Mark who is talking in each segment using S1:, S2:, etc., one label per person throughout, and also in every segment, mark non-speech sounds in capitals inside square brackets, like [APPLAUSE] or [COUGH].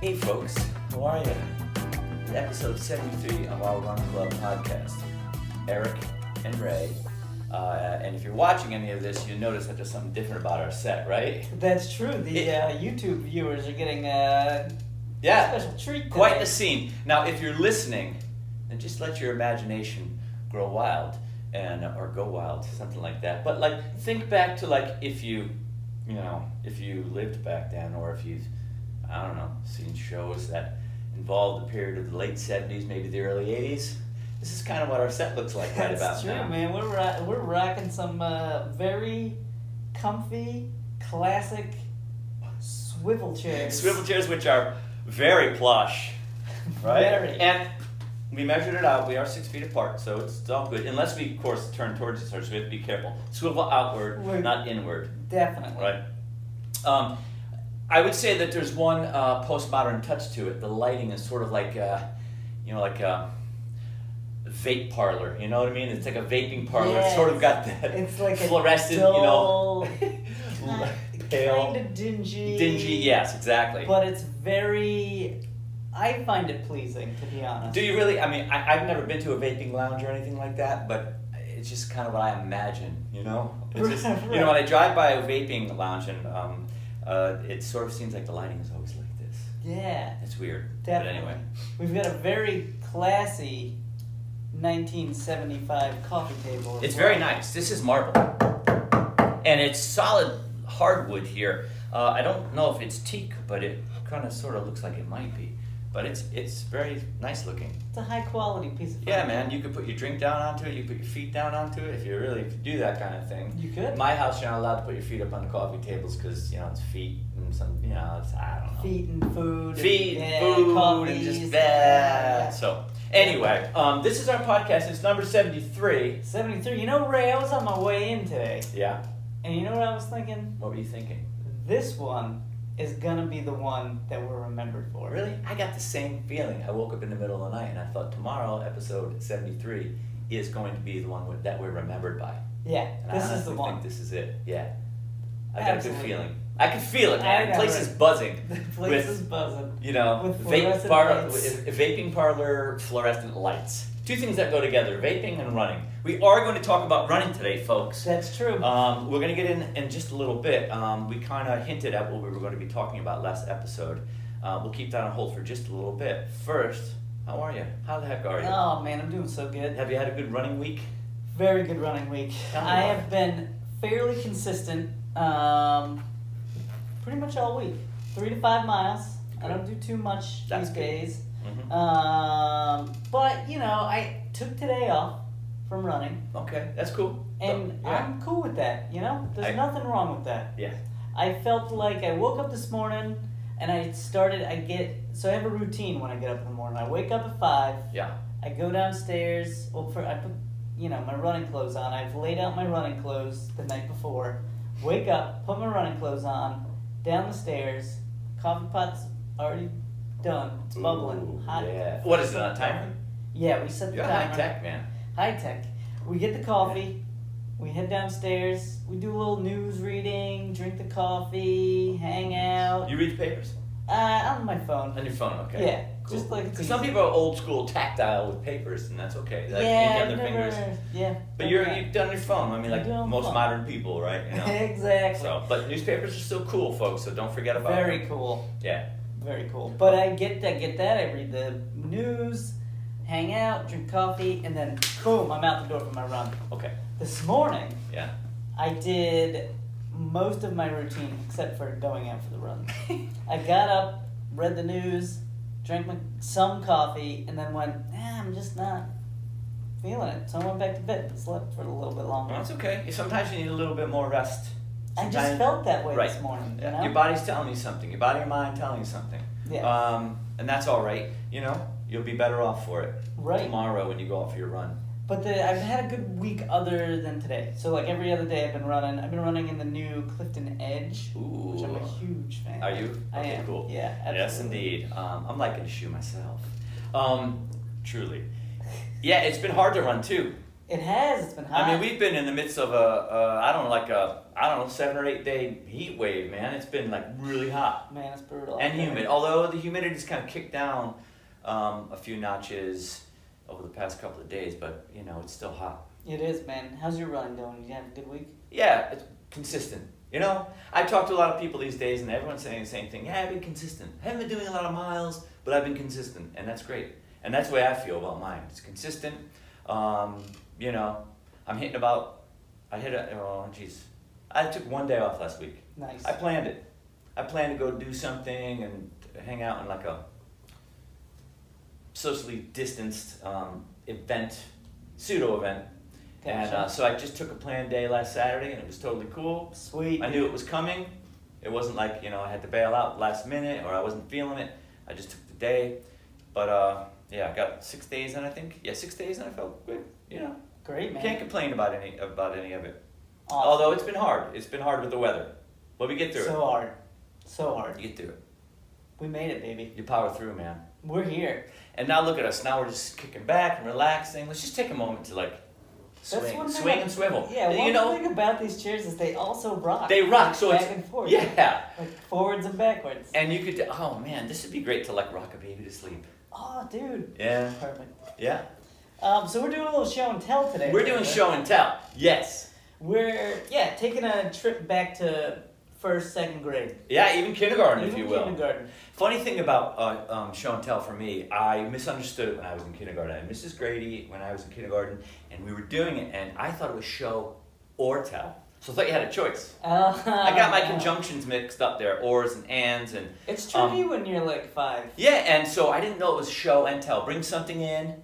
S1: Hey, folks, how are you? Episode 73 of our Run Club podcast. Eric and Ray. Uh, and if you're watching any of this, you notice that there's something different about our set, right?
S2: That's true. The
S1: It-
S2: uh, YouTube viewers are getting uh, a
S1: Yeah,
S2: special treat. Today.
S1: quite the scene. Now, if you're listening, then just let your imagination grow wild and uh, or go wild, something like that. But like, think back to like if you, you know, if you lived back then, or if you've, I don't know, seen shows that involved the period of the late '70s, maybe the early '80s. This is kind of what our set looks like right about
S2: That's true,
S1: now.
S2: man. We're ra- we're rocking some uh, very comfy, classic swivel chairs.
S1: Swivel chairs, which are very plush.
S2: [LAUGHS]
S1: right?
S2: Very.
S1: And we measured it out. We are six feet apart, so it's, it's all good. Unless we, of course, turn towards each other, so we have to be careful. Swivel outward,
S2: Right.
S1: not inward,
S2: Definitely.
S1: right? Um, I would say that there's one uh, postmodern touch to it. The lighting is sort of like, uh, you know, like a vape parlor. You know what I mean? It's like a vaping parlor. It's
S2: Yeah,
S1: sort of got that
S2: It's like
S1: fluorescent,
S2: a
S1: you know,
S2: dull,
S1: [LAUGHS]
S2: [LAUGHS]
S1: pale,
S2: kind of dingy.
S1: dingy. Yes, exactly.
S2: But it's very. I find it pleasing, to be honest.
S1: Do you really? I mean, I, I've never been to a vaping lounge or anything like that, but it's just kind of what I imagine, you know? It's just, You know, when I drive by a vaping lounge and um, uh, it sort of seems like the lighting is always like this.
S2: yeah.
S1: It's weird.
S2: Definitely.
S1: But anyway.
S2: We've got a very classy 1975 coffee table. as
S1: It's
S2: well.
S1: very nice. This is marble, and it's solid hardwood here. Uh, I don't know if it's teak, but it kind of sort of looks like it might be. But it's it's very nice looking.
S2: It's a high quality piece of
S1: Yeah,
S2: furniture.
S1: man, you could put your drink down onto it. You could put your feet down onto it if you really if you do that kind of thing.
S2: You could.
S1: My house, you're not allowed to put your feet up on the coffee tables because you know it's feet and some you know it's I don't know
S2: Feet and food.
S1: feet and
S2: yeah,
S1: food and
S2: coffees,
S1: just
S2: yeah.
S1: that. So anyway, um, this is our podcast. It's number seventy three.
S2: 73. You know, Ray, I was on my way in today,
S1: Yeah.
S2: and you know what I was thinking?
S1: What were you thinking?
S2: This one is gonna be the one that we're remembered for.
S1: Really? I got the same feeling. I woke up in the middle of the night and I thought tomorrow, episode seventy three, is going to be the one with- that we're remembered by.
S2: Yeah,
S1: And
S2: this
S1: I
S2: is the
S1: honestly
S2: one.
S1: think this is it. Yeah. I got a
S2: Absolutely.
S1: good feeling. I can feel it,
S2: I
S1: man. The
S2: know,
S1: place
S2: right?
S1: is buzzing. [LAUGHS]
S2: [LAUGHS] The place
S1: with-
S2: is buzzing.
S1: You know,
S2: With
S1: vape
S2: fluorescent
S1: par-
S2: lights.
S1: v- vaping parlor, fluorescent lights. Two things that go together vaping and running. We are going to talk about running today, folks.
S2: That's true.
S1: Um, we're going to get in in just a little bit. Um, we kind of hinted at what we were going to be talking about last episode. Uh, we'll keep that on hold for just a little bit. First, how are you? How the heck are you?
S2: oh man, I'm doing so good.
S1: Have you had a good running week?
S2: Very good running week.
S1: Tell me
S2: I
S1: about
S2: have been fairly consistent um, pretty much all week. Three to five miles. I
S1: Good.
S2: don't do too much
S1: That's
S2: these
S1: good.
S2: days.
S1: Mm-hmm.
S2: Um, but, you know, I took today off from running,
S1: Okay, that's cool.
S2: and
S1: So, Oh, yeah.
S2: I'm cool with that, you know? There's
S1: I-
S2: nothing wrong with that.
S1: Yeah.
S2: I felt like I woke up this morning and I started, I get, so I have a routine when I get up in the morning. I wake up at five.
S1: Yeah.
S2: I go downstairs. Well, for I put you know my running clothes on. I've laid out my running clothes the night before. Wake up, put my running clothes on. Down the stairs. Coffee pot's already done. It's bubbling.
S1: Ooh,
S2: hot.
S1: Yeah. What is it? A timer?
S2: Yeah, we set the
S1: You're
S2: timer.
S1: high tech, man.
S2: High tech. We get the coffee. We head downstairs. We do a little news reading. Drink the coffee. Hang out.
S1: You read the papers
S2: Uh, on my phone.
S1: on your phone, okay?
S2: Yeah, just like
S1: Because some people are old school tactile with papers, and that's okay. They like
S2: yeah,
S1: ink on their
S2: I've never-
S1: fingers.
S2: Yeah.
S1: But
S2: done
S1: you're
S2: that.
S1: you've done your phone. I mean, like
S2: Do it on
S1: most
S2: phone.
S1: modern people, right? You know.
S2: [LAUGHS] exactly.
S1: so, but newspapers are still cool, folks. So don't forget about
S2: Very
S1: them.
S2: cool.
S1: Yeah.
S2: Very cool. But I get that. Get that. I read the news, hang out, drink coffee, and then boom, I'm out the door for my run.
S1: Okay.
S2: This morning,
S1: Yeah.
S2: I did most of my routine except for going out for the run. I got up, read the news, drank my, some coffee, and then went. Ah, I'm just not feeling it. So I went back to bed and slept for a little bit longer.
S1: Well, that's okay. Sometimes you need a little bit more rest.
S2: I just
S1: Sometimes-
S2: felt that way
S1: Right.
S2: this morning. You
S1: Yeah,
S2: know?
S1: Your body's telling you something. Your body and mind telling you something.
S2: yeah.
S1: Um, and that's all right. You know, you'll be better off for it
S2: right.
S1: tomorrow when you go out for your run.
S2: But the, I've had a good week other than today. So like every other day, I've been running. I've been running in the new Clifton Edge,
S1: Ooh.
S2: which I'm a huge fan.
S1: Are
S2: of.
S1: you?
S2: I
S1: Okay,
S2: am.
S1: cool.
S2: Yeah. Absolutely.
S1: Yes, indeed. Um, I'm liking the shoe myself. Um, truly. Yeah, it's been hard to run too.
S2: It has. It's been hot.
S1: I mean, we've been in the midst of a, a I don't know, like a, I don't know, seven or eight day heat wave, man. It's been like really hot
S2: man, it's brutal.
S1: and humid. Oh. Although the humidity's kind of kicked down um, a few notches over the past couple of days, but you know, it's still hot.
S2: It is, man. How's your running going? You have a good week?
S1: Yeah, it's consistent. You know, I talk to a lot of people these days, and everyone's saying the same thing. Yeah, I've been consistent. I haven't been doing a lot of miles, but I've been consistent, and that's great. And that's the way I feel about mine. It's consistent. Um, you know, I'm hitting about. I hit a. Oh, jeez. I took one day off last week.
S2: Nice.
S1: I planned it. I planned to go do something and hang out in like a socially distanced um, event, pseudo event. And
S2: Gotcha.
S1: uh, so I just took a planned day last Saturday and it was totally cool.
S2: Sweet.
S1: I knew it was coming. It wasn't like, you know, I had to bail out last minute or I wasn't feeling it. I just took the day. But uh, yeah, I got six days in, I think. Yeah, six days and I felt good. You know,
S2: Great, man.
S1: can't complain about any about any of it.
S2: Awesome.
S1: Although it's been hard. It's been hard with the weather. But we get through
S2: so hard. So
S1: it.
S2: hard.
S1: You get through it.
S2: We made it, baby.
S1: You power through, man.
S2: We're here.
S1: And now look at us. Now we're just kicking back and relaxing. Let's just take a moment to like swing,
S2: That's one thing.
S1: swing
S2: I-
S1: and swivel.
S2: Yeah, one
S1: you know,
S2: thing about these chairs is they also rock.
S1: they rock. So
S2: back
S1: it's
S2: and forth.
S1: yeah.
S2: Like forwards and backwards.
S1: And you could oh man, this would be great to like rock a baby to sleep.
S2: oh, dude.
S1: Yeah,
S2: Perfect.
S1: yeah.
S2: Um, so we're doing a little show and tell today.
S1: We're doing
S2: right?
S1: show and tell. Yes.
S2: We're yeah taking a trip back to first, second grade.
S1: Yeah, even kindergarten, if
S2: Even
S1: you will.
S2: Kindergarten.
S1: Funny thing about uh, um, show and tell for me, I misunderstood it when I was in kindergarten. I had Mrs. Grady when I was in kindergarten, and we were doing it, and I thought it was show or tell. So I thought you had a choice.
S2: Uh,
S1: I got my conjunctions mixed up there, ors and ands, and
S2: [LAUGHS] It's
S1: um,
S2: tricky when you're like five.
S1: yeah, and so I didn't know it was show and tell. Bring something in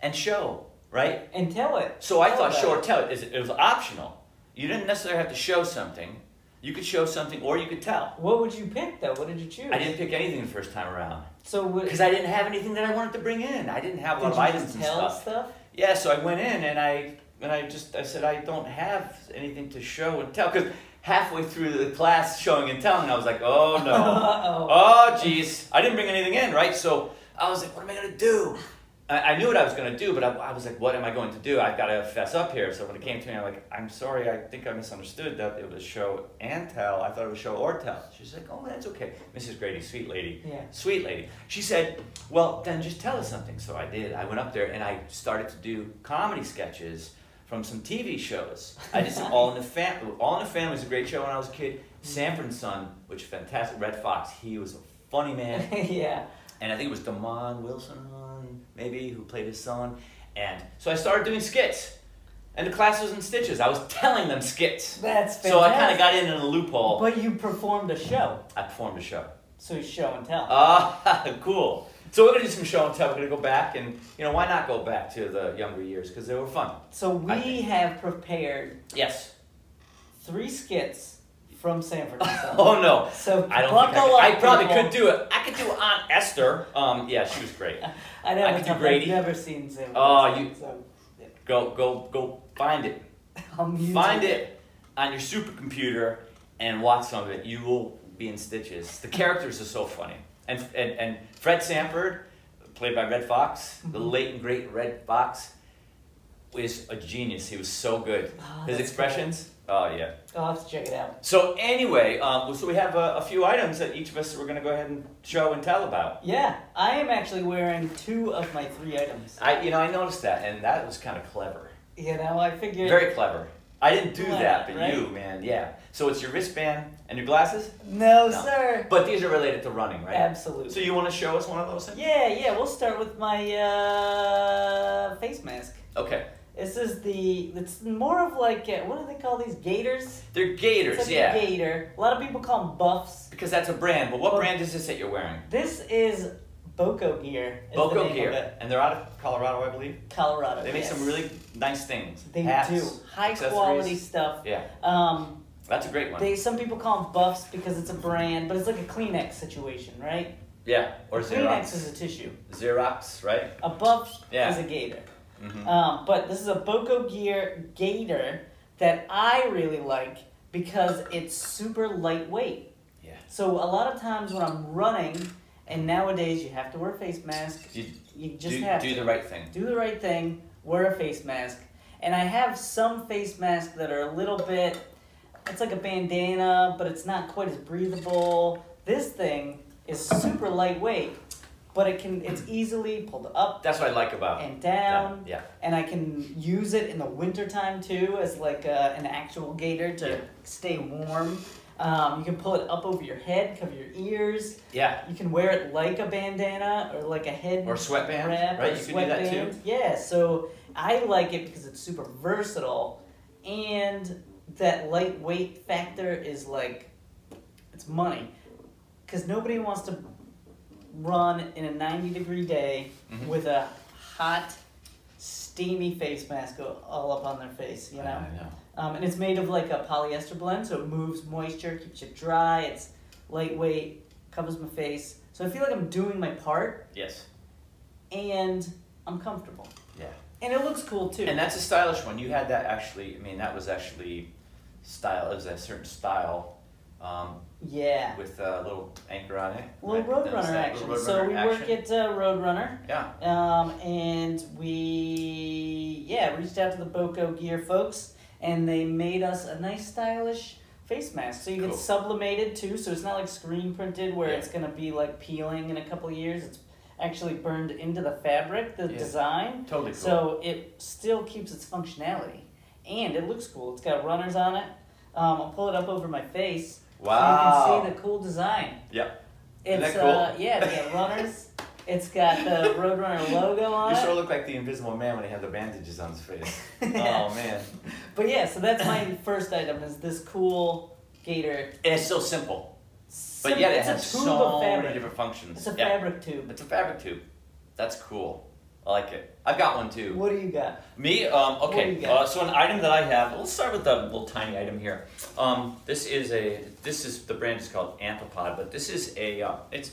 S1: and show, right?
S2: And tell it.
S1: So I
S2: Tell
S1: thought
S2: about
S1: show or
S2: it.
S1: tell is it was optional. You didn't necessarily have to show something. You could show something or you could tell.
S2: What would you pick though? What did you choose?
S1: I didn't pick anything the first time around
S2: So would,
S1: because I didn't have anything that I wanted to bring in. I didn't have a
S2: did
S1: lot
S2: you
S1: of items
S2: just
S1: and
S2: tell
S1: stuff. Yeah, so I went in and I and I just I said I don't have anything to show and tell because halfway through the class showing and telling I was like oh
S2: [LAUGHS]
S1: no.
S2: Uh-oh.
S1: Oh, jeez. I didn't bring anything in, right? So I was like, what am I going to do? I, I knew what I was going to do, but I, I was like, what am I going to do? I've got to fess up here. So when it came to me, I'm like, I'm sorry. I think I misunderstood that it was show and tell. I thought it was show or tell. She's like, oh, that's okay. Mrs. Grady, sweet lady.
S2: Yeah. [LAUGHS]
S1: Sweet lady. She said, well, then just tell us something. So I did. I went up there and I started to do comedy sketches from some TV shows. I did some All in the Family. All in the Family was a great show when I was a kid. Sanford and Son, which fantastic. Red Fox, he was a funny man.
S2: [LAUGHS] yeah.
S1: And I think it was Damon Wilson, maybe, who played his son. And so I started doing skits. And the class was in stitches. I was telling them skits.
S2: That's fantastic.
S1: So I kind of got in in a loophole.
S2: But you performed a show,
S1: I performed a show.
S2: so you show and tell.
S1: Ah, [LAUGHS] cool. So we're gonna do some show and tell. We're gonna go back, and you know why not go back to the younger years because they were fun.
S2: so we
S1: I think-
S2: have prepared
S1: Yes.
S2: three skits from Sanford.
S1: [LAUGHS]
S2: and Son.
S1: [LAUGHS] Oh no,
S2: So
S1: I don't.
S2: buckle
S1: Think I, could-
S2: up.
S1: I probably
S2: people.
S1: could do it. I could do Aunt Esther. Um, yeah, she was great.
S2: I know.
S1: I could
S2: it's
S1: do
S2: up.
S1: Grady.
S2: I've never seen Sanford. and
S1: Oh,
S2: Son,
S1: you-
S2: So
S1: Go, go, go! Find it.
S2: I'll mute
S1: Find
S2: you.
S1: it on your supercomputer and watch some of it. You will be in stitches. The characters are so funny. And and, and Fred Sanford, played by Red Fox, the
S2: Mhm.
S1: late and great Red Fox, was a genius. He was so good.
S2: Oh,
S1: His
S2: that's
S1: expressions. Oh yeah.
S2: cool. I'll have to check it out.
S1: So anyway, um, so we have a, a few items that each of us we're gonna go ahead and show and tell about.
S2: Yeah, I am actually wearing two of my three items.
S1: I, you know, I noticed that, and that was kind of clever.
S2: You know, I figured.
S1: Very clever. I didn't do
S2: Clever,
S1: that, but
S2: right?
S1: you, man, yeah. So it's your wristband and your glasses,
S2: no,
S1: No.
S2: sir.
S1: but these are related to running, right?
S2: Absolutely.
S1: So you want to show us one of those? Things?
S2: yeah, yeah. We'll start with my uh, face mask.
S1: Okay.
S2: This is the. It's more of like uh what do they call these gators?
S1: They're
S2: It's
S1: Gators,
S2: like
S1: yeah,
S2: a gator. A lot of people call them buffs.
S1: because that's a brand. But what
S2: Well-
S1: brand is this that you're wearing?
S2: This is Boco gear. is the name
S1: Boco
S2: of
S1: Gear,
S2: it.
S1: and they're out of Colorado, I believe.
S2: Colorado.
S1: They make
S2: yes.
S1: some really nice things.
S2: They
S1: Hats.
S2: do high
S1: accessories.
S2: quality stuff.
S1: Yeah,
S2: Um,
S1: that's a great one.
S2: they some people call them buffs because it's a brand, but it's like a Kleenex situation, right?
S1: yeah, or
S2: Kleenex
S1: Xerox.
S2: is a tissue.
S1: Xerox, right?
S2: A buff
S1: Yeah.
S2: is a gator.
S1: hmm
S2: Um, but this is a Boco Gear gator that I really like because it's super lightweight.
S1: Yeah.
S2: So a lot of times when I'm running, and nowadays you have to wear a face mask,
S1: You
S2: you just
S1: do,
S2: have
S1: do
S2: to
S1: the right thing.
S2: do the right thing, wear a face mask. And I have some face masks that are a little bit, it's like a bandana, but it's not quite as breathable. This thing is super lightweight, but it can, it's easily pulled up
S1: That's what I like about
S2: and
S1: yeah,
S2: down.
S1: yeah.
S2: And I can use it in the wintertime too as like uh an actual gator to
S1: Yeah.
S2: stay warm. Um, you can pull it up over your head, cover your ears.
S1: Yeah.
S2: You can wear it like a bandana or like a head
S1: Or sweatband,
S2: wrap
S1: right?
S2: or
S1: You can do that too.
S2: sweatband. Yeah, so I like it because it's super versatile, and that lightweight factor is like, it's money, because nobody wants to run in a ninety degree day
S1: Mhm.
S2: with a hot, steamy face mask all- all up on their face. You know.
S1: I know.
S2: Um, and it's made of like a polyester blend, so it moves moisture, keeps you dry, it's lightweight, covers my face. So I feel like I'm doing my part
S1: Yes.
S2: and I'm comfortable.
S1: Yeah.
S2: And it looks cool too.
S1: And that's a stylish one. You had that actually. I mean, that was actually style. It was a certain style. Um,
S2: yeah.
S1: with a little anchor on it.
S2: Little
S1: Right, that was
S2: Roadrunner
S1: that
S2: action.
S1: little
S2: so
S1: Roadrunner
S2: we
S1: action.
S2: work at uh, Roadrunner,
S1: Yeah.
S2: um, and we, yeah, reached out to the Boco Gear folks, and they made us a nice, stylish face mask. So you get
S1: Cool.
S2: sublimated too, so it's not like screen printed where
S1: Yeah.
S2: it's going to be like peeling in a couple of years. It's actually burned into the fabric, the
S1: Yeah.
S2: design.
S1: Totally cool.
S2: So it still keeps its functionality, and it looks cool. It's got runners on it. Um, I'll pull it up over my face. So you
S1: wow.
S2: can see the cool design.
S1: Yep. Isn't
S2: It's
S1: that cool?
S2: uh yeah, it's got runners. it's got the
S1: [LAUGHS]
S2: Roadrunner logo on
S1: You
S2: it. [LAUGHS]
S1: sure look like the Invisible Man when he had the bandages on his [LAUGHS] face. oh man.
S2: But yeah, so that's my first item is this cool gator.
S1: And it's so simple, but
S2: Sim-
S1: yet it
S2: it's
S1: has
S2: a tube
S1: so
S2: of
S1: many
S2: fabric.
S1: different functions.
S2: It's a
S1: yeah.
S2: fabric tube.
S1: It's a fabric tube. That's cool. I like it. I've got one too.
S2: What do you got?
S1: Me, um,
S2: What do
S1: okay.
S2: you
S1: Uh,
S2: got?
S1: so an item that I have. Let's start with the little tiny item here. Um, this is a. This is the brand is called Ampopod, but this is a. Uh, it's.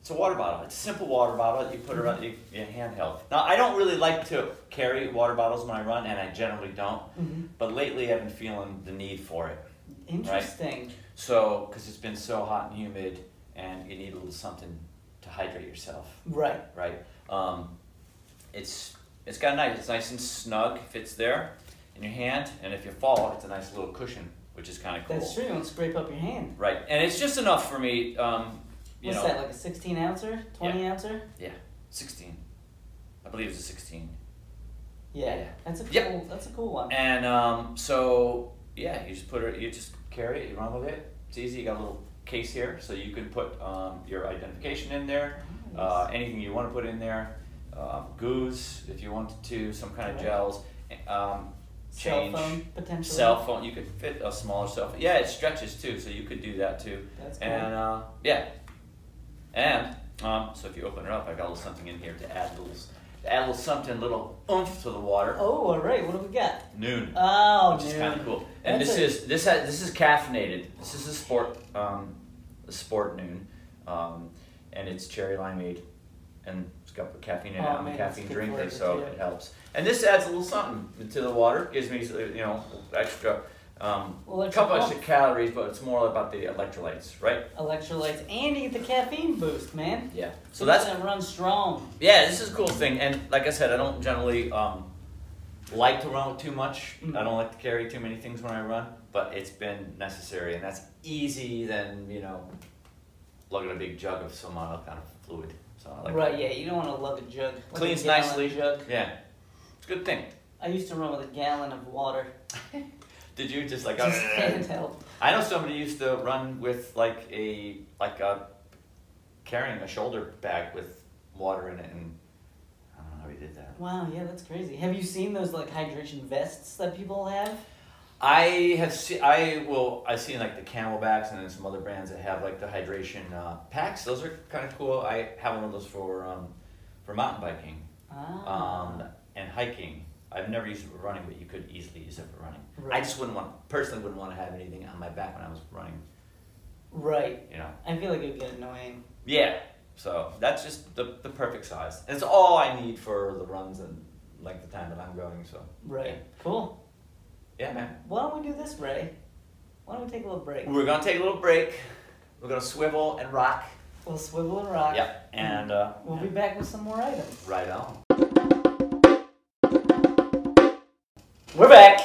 S1: It's a water bottle. It's a simple water bottle. You put it on you, you handheld. Now I don't really like to carry water bottles when I run, and I generally don't.
S2: Mhm.
S1: But lately I've been feeling the need for it.
S2: Interesting.
S1: So because it's been so hot and humid, and you need a little something to hydrate yourself
S2: Right.
S1: right? Um, it's it's got nice. It's nice and snug. Fits there in your hand, and if you fall, it's a nice little cushion, which is kind of cool.
S2: That's true. You don't scrape up your hand.
S1: Right, and it's just enough for me. Um, you
S2: What's
S1: know,
S2: that like a sixteen ouncer, twenty ouncer?
S1: sixteen. I believe it's a sixteen.
S2: Yeah.
S1: Yeah.
S2: That's a cool.
S1: Yep.
S2: That's a cool one.
S1: And um, so yeah, you just put it. You just carry it. You run with it. It's easy. You got a little case here, so you can put um, your identification in there. uh, anything you want to put in there, um, goose if you wanted to, some kind of
S2: Right.
S1: gels, um,
S2: cell
S1: change.
S2: phone potentially.
S1: cell phone. You could fit a smaller cell phone. Yeah, it stretches too, so you could do that too.
S2: That's cool.
S1: And uh, yeah, and um, so if you open it up, I got a little something in here to add a little, add a little something, little oomph to the water.
S2: oh, all right. What do we got?
S1: Noon.
S2: Oh,
S1: which is
S2: dude.
S1: kind of cool. And
S2: That's
S1: this is this has, this is caffeinated. This is a sport um, a sport noon, um, and it's cherry limeade, and it's got caffeine in it.
S2: Oh,
S1: I'm a
S2: man, that's
S1: caffeine
S2: good
S1: drinker,
S2: for you,
S1: so
S2: too.
S1: it helps. And this adds a little something to the water. Gives me uh, you know extra. Um, a
S2: Electric
S1: couple
S2: pump.
S1: extra calories, but it's more about the electrolytes, right?
S2: electrolytes and eat the caffeine boost, man.
S1: Yeah. So that's
S2: gonna run strong.
S1: yeah, this is a cool thing, and like I said, I don't generally um, like to run with too much.
S2: Mhm.
S1: I don't like to carry too many things when I run, but it's been necessary, and that's easy than you know lugging a big jug of some other kind of fluid. So I like
S2: right, yeah, you don't want to lug a jug. Like a
S1: Cleans
S2: gallon
S1: nicely.
S2: Jug.
S1: yeah, it's a good thing.
S2: I used to run with a gallon of
S1: [LAUGHS]
S2: water.
S1: Did you just
S2: [LAUGHS]
S1: like?
S2: Just handheld.
S1: I know somebody used to run with like a like a carrying a shoulder bag with water in it, and I don't know how he did that.
S2: Wow, yeah, that's crazy. Have you seen those like hydration vests that people have?
S1: I have seen. I well, I've seen like the Camelbacks and then some other brands that have like the hydration uh, packs. Those are kind of cool. I have one of those for um, for mountain biking
S2: Ah.
S1: um, and hiking. I've never used it for running, but you could easily use it for running. I
S2: Right.
S1: just wouldn't want personally wouldn't want to have anything on my back when I was running.
S2: right.
S1: You know.
S2: I feel like it would get annoying.
S1: Yeah. So that's just the the perfect size. It's all I need for the runs and like the time that I'm going. So
S2: Right. Cool.
S1: yeah, man.
S2: Why don't we do this, Ray? Why don't we take a little break?
S1: We're gonna take a little break. We're gonna swivel and rock.
S2: We'll swivel and rock.
S1: Yeah, and uh,
S2: We'll be back with some more items.
S1: right on.
S2: We're back.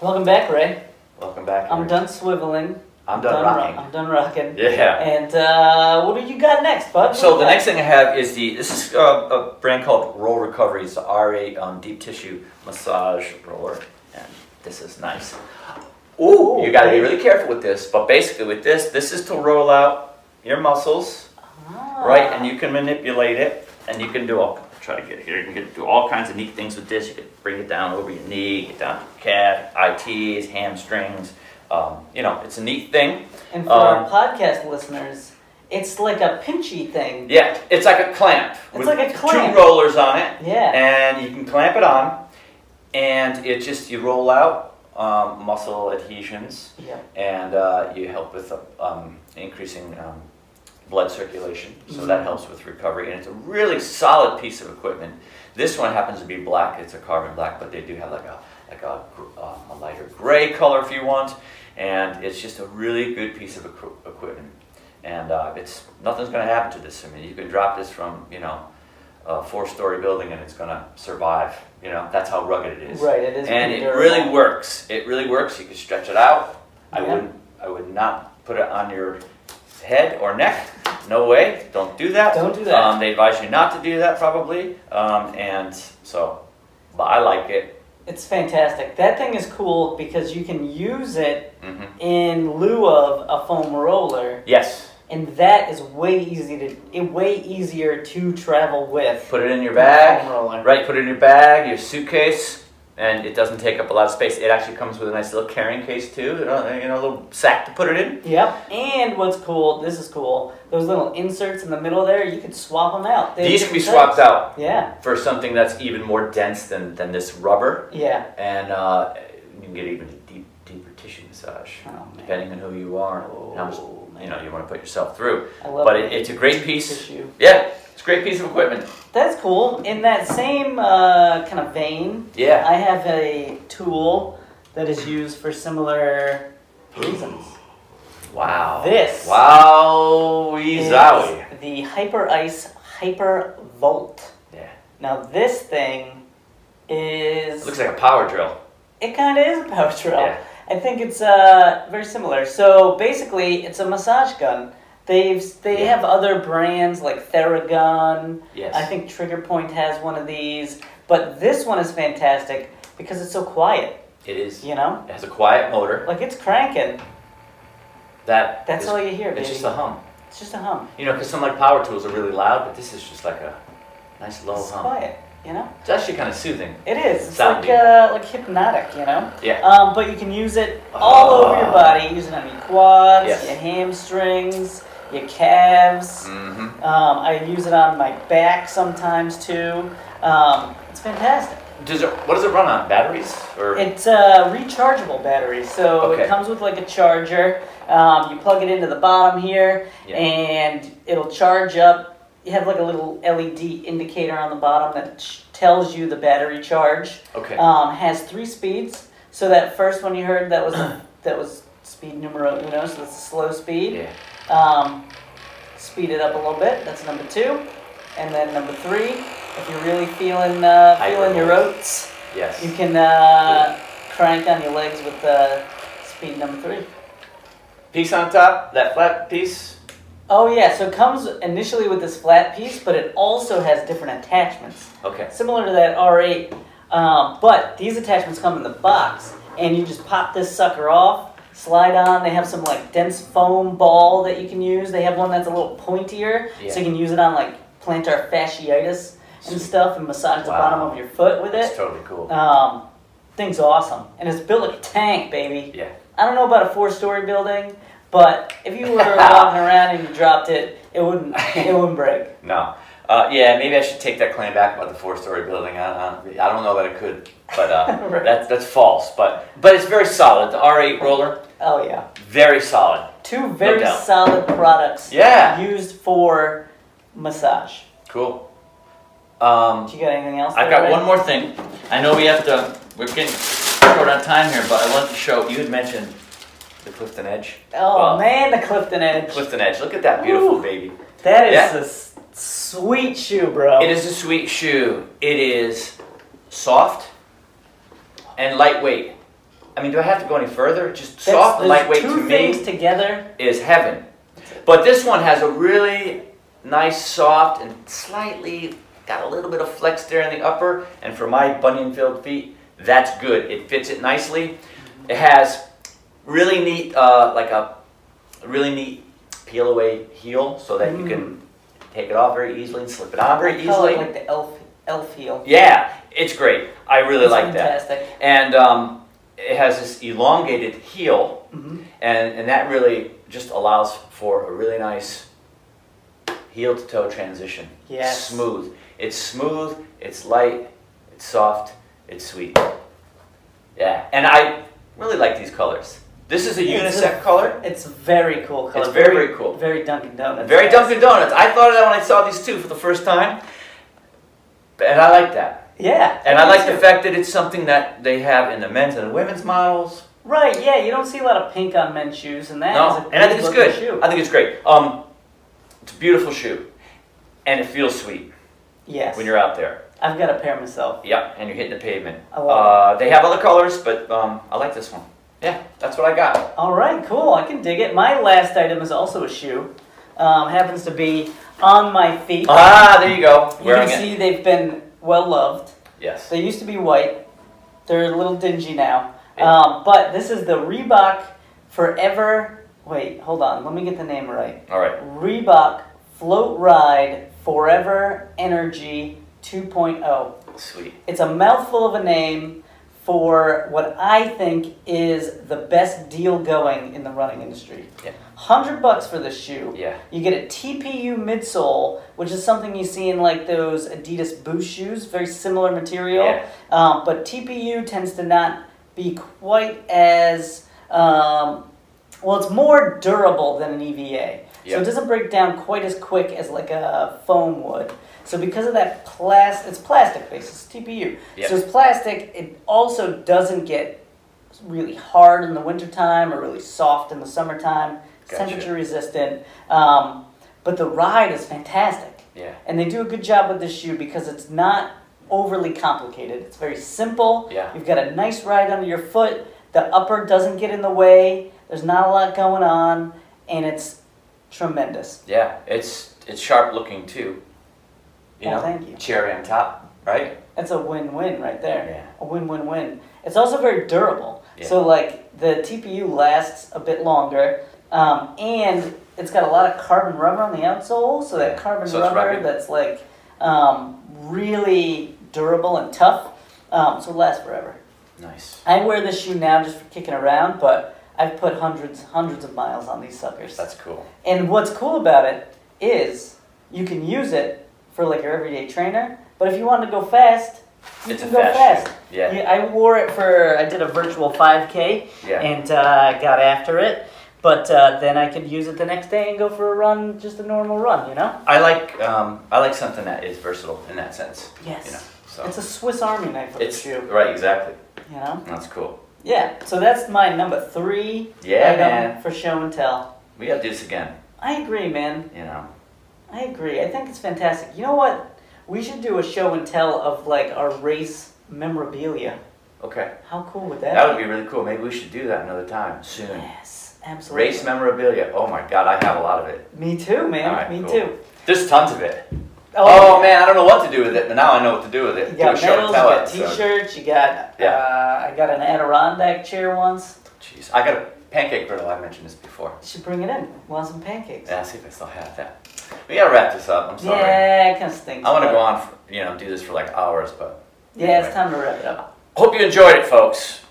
S2: Welcome back, Ray.
S1: Welcome back.
S2: I'm
S1: Rick.
S2: done swiveling.
S1: I'm done,
S2: ro-
S1: rocking.
S2: I'm done rocking.
S1: Yeah.
S2: And uh, what do you got next, bud?
S1: So the
S2: What do you
S1: next thing I have is the this is uh, a brand called Roll Recovery. It's the RA um, deep tissue massage roller, and this is nice. Ooh, you got to be really careful with this. But basically, with this, this is to roll out your muscles,
S2: got? Ah.
S1: right? And you can manipulate it, and you can do all try to get it here. You can get- do all kinds of neat things with this. You can bring it down over your knee, get down to your calf, ITs, hamstrings. Um, you know, it's a neat thing.
S2: And for our
S1: Um,
S2: podcast listeners, it's like a pinchy thing.
S1: Yeah, it's like a clamp.
S2: It's
S1: with
S2: like a clamp.
S1: Two rollers on it.
S2: Yeah.
S1: and you can clamp it on, and it just you roll out um, muscle adhesions,
S2: yeah.
S1: and uh, you help with um, increasing um, blood circulation. So that helps with recovery, and it's a really solid piece of equipment. This one happens to be black; it's a carbon black, but they do have like a like a, gr- uh, a lighter gray color if you want, and it's just a really good piece of equi- equipment. And uh, it's nothing's going to happen to this. I mean, you can drop this from you know a four-story building and it's going to survive. You know, that's how rugged it is.
S2: Right. It is.
S1: And
S2: pretty
S1: it
S2: durable.
S1: really works. It really works. You can stretch it out. I
S2: Yeah.
S1: wouldn't. I would not put it on your head or neck. No way. Don't do that.
S2: Don't do that.
S1: Um, they advise you not to do that probably. Um, and so, but I like it.
S2: It's fantastic. That thing is cool because you can use it
S1: hmm
S2: in lieu of a foam roller,
S1: Yes.
S2: and that is way easy to it way easier to travel with.
S1: Put it in your
S2: than a
S1: bag.
S2: Foam roller.
S1: Right. Put it in your bag, your suitcase. And it doesn't take up a lot of space. It actually comes with a nice little carrying case too, you know, you know, a little sack to put it in.
S2: Yep. And what's cool? This is cool. Those little inserts in the middle there, you can swap them out. They have
S1: These can be
S2: different
S1: swapped out
S2: types. Yeah.
S1: for something that's even more dense than, than this rubber.
S2: Yeah.
S1: and uh, you can get even a deep, deeper tissue massage,
S2: Oh man.
S1: depending on who you are and how much
S2: Oh, man.
S1: you know you want to put yourself through.
S2: I love
S1: But
S2: it.
S1: it, it's a great piece.
S2: Tissue.
S1: Yeah, it's a great piece of equipment.
S2: That's cool. In that same uh, kind of vein,
S1: Yeah.
S2: I have a tool that is used for similar reasons.
S1: Wow.
S2: This
S1: Wow.
S2: is
S1: Zowie.
S2: the Hyper Ice Hyper Volt.
S1: Yeah.
S2: Now this thing is
S1: It looks like a power drill.
S2: it kind of is a power drill.
S1: Yeah.
S2: I think it's uh, very similar. So basically, it's a massage gun. They've they
S1: Yeah.
S2: have other brands like Theragun.
S1: Yes.
S2: I think Trigger Point has one of these, but this one is fantastic because it's so quiet.
S1: it is.
S2: You know,
S1: It has a quiet motor.
S2: like it's cranking.
S1: That.
S2: That's
S1: is-
S2: all you hear, baby.
S1: It's just a hum.
S2: It's just a hum.
S1: You know, because some like power tools are really loud, but this is just like a nice low
S2: It's
S1: hum.
S2: quiet. You know,
S1: It's actually kind of soothing.
S2: it is. It's
S1: Sound
S2: like uh, like hypnotic. You know.
S1: Yeah.
S2: Um, but you can use it all over your
S1: Ah.
S2: body. Use it on your quads,
S1: Yes.
S2: your hamstrings, your calves.
S1: Mm-hmm.
S2: Um, I use it on my back sometimes too. Um, it's fantastic.
S1: Does it? What does it run on? Batteries or?
S2: It's a rechargeable battery, so
S1: Okay.
S2: it comes with like a charger. Um, you plug it into the bottom here,
S1: Yeah.
S2: and it'll charge up. You have like a little LED indicator on the bottom that ch- tells you the battery charge.
S1: okay.
S2: Um, has three speeds. So that first one you heard that was that was speed numero uno, so that's a slow speed.
S1: yeah.
S2: Um, speed it up a little bit. That's number two, and then number three. If you're really feeling uh, feeling your
S1: Hyperloop.
S2: oats.
S1: Yes.
S2: You can uh, crank on your legs with uh, speed number three.
S1: Piece on top, that flat piece.
S2: Oh yeah, so it comes initially with this flat piece, but it also has different attachments,
S1: Okay.
S2: similar to that R8. Um, but these attachments come in the box, and you just pop this sucker off, slide on. They have some like dense foam ball that you can use. They have one that's a little pointier,
S1: Yeah.
S2: so you can use it on like plantar fasciitis and
S1: Sweet.
S2: stuff, and massage the bottom
S1: Wow.
S2: of your foot with
S1: That's
S2: it.
S1: totally cool.
S2: Um, thing's awesome, and it's built like a tank, baby.
S1: Yeah.
S2: I don't know about a four-story building, but if you
S1: [LAUGHS]
S2: were walking around and you dropped it, it wouldn't it wouldn't break.
S1: No. Uh, yeah, maybe I should take that claim back about the four-story building. I, I, I don't know that I could, but
S2: [LAUGHS]
S1: uh,
S2: Right.
S1: that's that's false. But but it's very solid. The R8 roller,
S2: Oh yeah,
S1: very solid.
S2: two very
S1: doubt.
S2: solid products
S1: Yeah.
S2: used for massage.
S1: Cool. Um,
S2: Do you got anything else?
S1: I've
S2: there,
S1: got
S2: Ray?
S1: one more thing. I know we have to. We're getting short on time here, but I wanted to show. You had mentioned the Clifton Edge.
S2: Oh
S1: Well,
S2: man, the Clifton Edge.
S1: Clifton Edge. Look at that beautiful
S2: Ooh.
S1: baby.
S2: That is
S1: Yeah.
S2: a s- sweet shoe, bro.
S1: It is a sweet shoe. It is soft. and lightweight. I mean, do I have to go any further? Just
S2: That's-
S1: soft and
S2: those
S1: lightweight
S2: two
S1: to me
S2: things together.
S1: is heaven. But this one has a really nice, soft, and slightly got a little bit of flex there in the upper. And for my bunion filled feet, that's good. It fits it nicely. It has really neat, uh, like a really neat peel away heel so that you can take it off very easily and slip it on very
S2: I call it
S1: easily.
S2: like the elf elf heel.
S1: Yeah, it's great. I really
S2: It's
S1: like that.
S2: fantastic.
S1: And um, it has this elongated heel
S2: Mhm.
S1: and and that really just allows for a really nice heel to toe transition.
S2: Yes.
S1: Smooth. It's smooth. It's light. It's soft. It's sweet. Yeah, and I really like these colors. This is a
S2: Yeah, it's
S1: unisex
S2: a-
S1: color.
S2: It's very cool color.
S1: It's very, very cool.
S2: Very Dunkin' Donuts.
S1: Very Dunkin' Donuts. I thought of that when I saw these two for the first time, and I like that.
S2: Yeah.
S1: And I
S2: me
S1: like the
S2: too.
S1: fact that it's something that they have in the men's and the women's models.
S2: Right. Yeah. You don't see a lot of pink on men's shoes, and that is
S1: No,
S2: a
S1: and I think it's
S2: good-looking
S1: good.
S2: shoe.
S1: I think it's great. Um, it's a beautiful shoe, and it feels sweet
S2: Yes.
S1: when you're out there.
S2: I've got a pair myself.
S1: Yeah, and you're hitting the pavement.
S2: I love
S1: Uh, they have other colors, but um, I like this one. Yeah, that's what I got.
S2: it. All right. Cool. I can dig it. My last item is also a shoe. Um, happens to be on my feet.
S1: Ah, there you go.
S2: you
S1: Wearing
S2: can
S1: it.
S2: see they've been well loved.
S1: Yes.
S2: They used to be white. They're a little dingy now.
S1: Yeah.
S2: Um, but this is the Reebok Forever. Wait, hold on. Let me get the name right.
S1: All right.
S2: Reebok Float Ride Forever Energy oh. 2.0.
S1: Sweet.
S2: It's a mouthful of a name for what I think is the best deal going in the running industry.
S1: Yeah.
S2: 100 bucks for this shoe.
S1: Yeah.
S2: You get a TPU midsole, which is something you see in like those Adidas Boost shoes, very similar material.
S1: Yeah.
S2: Um, but TPU tends to not be quite as um, well. It's more durable than an EVA, so
S1: Yeah.
S2: it doesn't break down quite as quick as like a foam would. So because of that plas it's plastic based. It's TPU,
S1: Yeah.
S2: so it's plastic. It also doesn't get really hard in the wintertime or really soft in the summertime. It's
S1: Gotcha.
S2: Temperature resistant, um, but the ride is fantastic.
S1: Yeah.
S2: And they do a good job with this shoe because it's not overly complicated. It's very simple.
S1: Yeah.
S2: You've got a nice ride under your foot. The upper doesn't get in the way. There's not a lot going on, and it's tremendous.
S1: Yeah. It's it's sharp looking too. You
S2: Well,
S1: know,
S2: Oh, thank you.
S1: cherry on top, right?
S2: That's a win-win right there.
S1: Yeah.
S2: A win-win-win. It's also very durable.
S1: Yeah.
S2: So like the TPU lasts a bit longer, um, and it's got a lot of carbon rubber on the outsole. So that
S1: Yeah.
S2: carbon
S1: So it's
S2: rubber
S1: rugged.
S2: that's like um, really durable and tough. Um, so it lasts forever.
S1: Nice.
S2: I wear this shoe now just for kicking around, but I've put hundreds, hundreds of miles on these suckers.
S1: That's cool.
S2: And what's cool about it is you can use it for like your everyday trainer, but if you want to go fast, you
S1: it's
S2: can
S1: a
S2: go
S1: fast.
S2: fast.
S1: shoe. Yeah.
S2: Yeah, I wore it for I did a virtual 5K
S1: Yeah.
S2: and uh, got after it, but uh, then I could use it the next day and go for a run, just a normal run, you know.
S1: I like um, I like something that is versatile in that sense.
S2: Yes.
S1: You know. So
S2: It's a Swiss Army knife of a
S1: It's-
S2: shoe,
S1: right. Exactly.
S2: you know.
S1: That's cool.
S2: Yeah, so that's my number three
S1: Yeah,
S2: item
S1: man.
S2: for show and tell.
S1: We gotta do this again,
S2: I agree, man.
S1: you know.
S2: I agree. I think it's fantastic. You know what? We should do a show and tell of like our race memorabilia.
S1: Okay.
S2: How cool would that,
S1: That would be really cool. Maybe we should do that another time
S2: be?
S1: soon.
S2: Yes, absolutely.
S1: Race memorabilia. Oh my god, I have a lot of it.
S2: Me too, man.
S1: All right,
S2: Me
S1: cool.
S2: too.
S1: There's tons of it. Oh, man, I don't know what to do with it, but now I know what to do with it.
S2: You
S1: do a
S2: got
S1: show and
S2: medals, you
S1: tell
S2: got
S1: episode.
S2: t-shirts, you got.
S1: Yeah.
S2: Uh, I got an Adirondack chair once.
S1: Jeez, I got a pancake griddle. I mentioned this before.
S2: You should bring it in. Want some pancakes?
S1: Yeah, I'll see if I still have that. We gotta wrap this up. I'm sorry.
S2: Yeah, it kind of stinks.
S1: I want to
S2: but-
S1: go on, for, you know, do this for like hours, but
S2: Yeah, it's time to wrap it up.
S1: hope you enjoyed it, folks.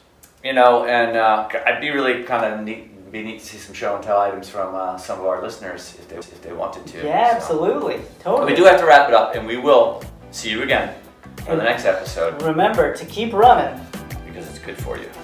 S1: You know, and uh, I'd be really kind of neat, be neat to see some show and tell items from uh, some of our listeners if they, if they wanted to.
S2: yeah,
S1: So-
S2: absolutely,
S1: But
S2: totally.
S1: we do have to wrap it up, and we will see you again for the next episode
S2: Remember to keep running.
S1: because it's good for you.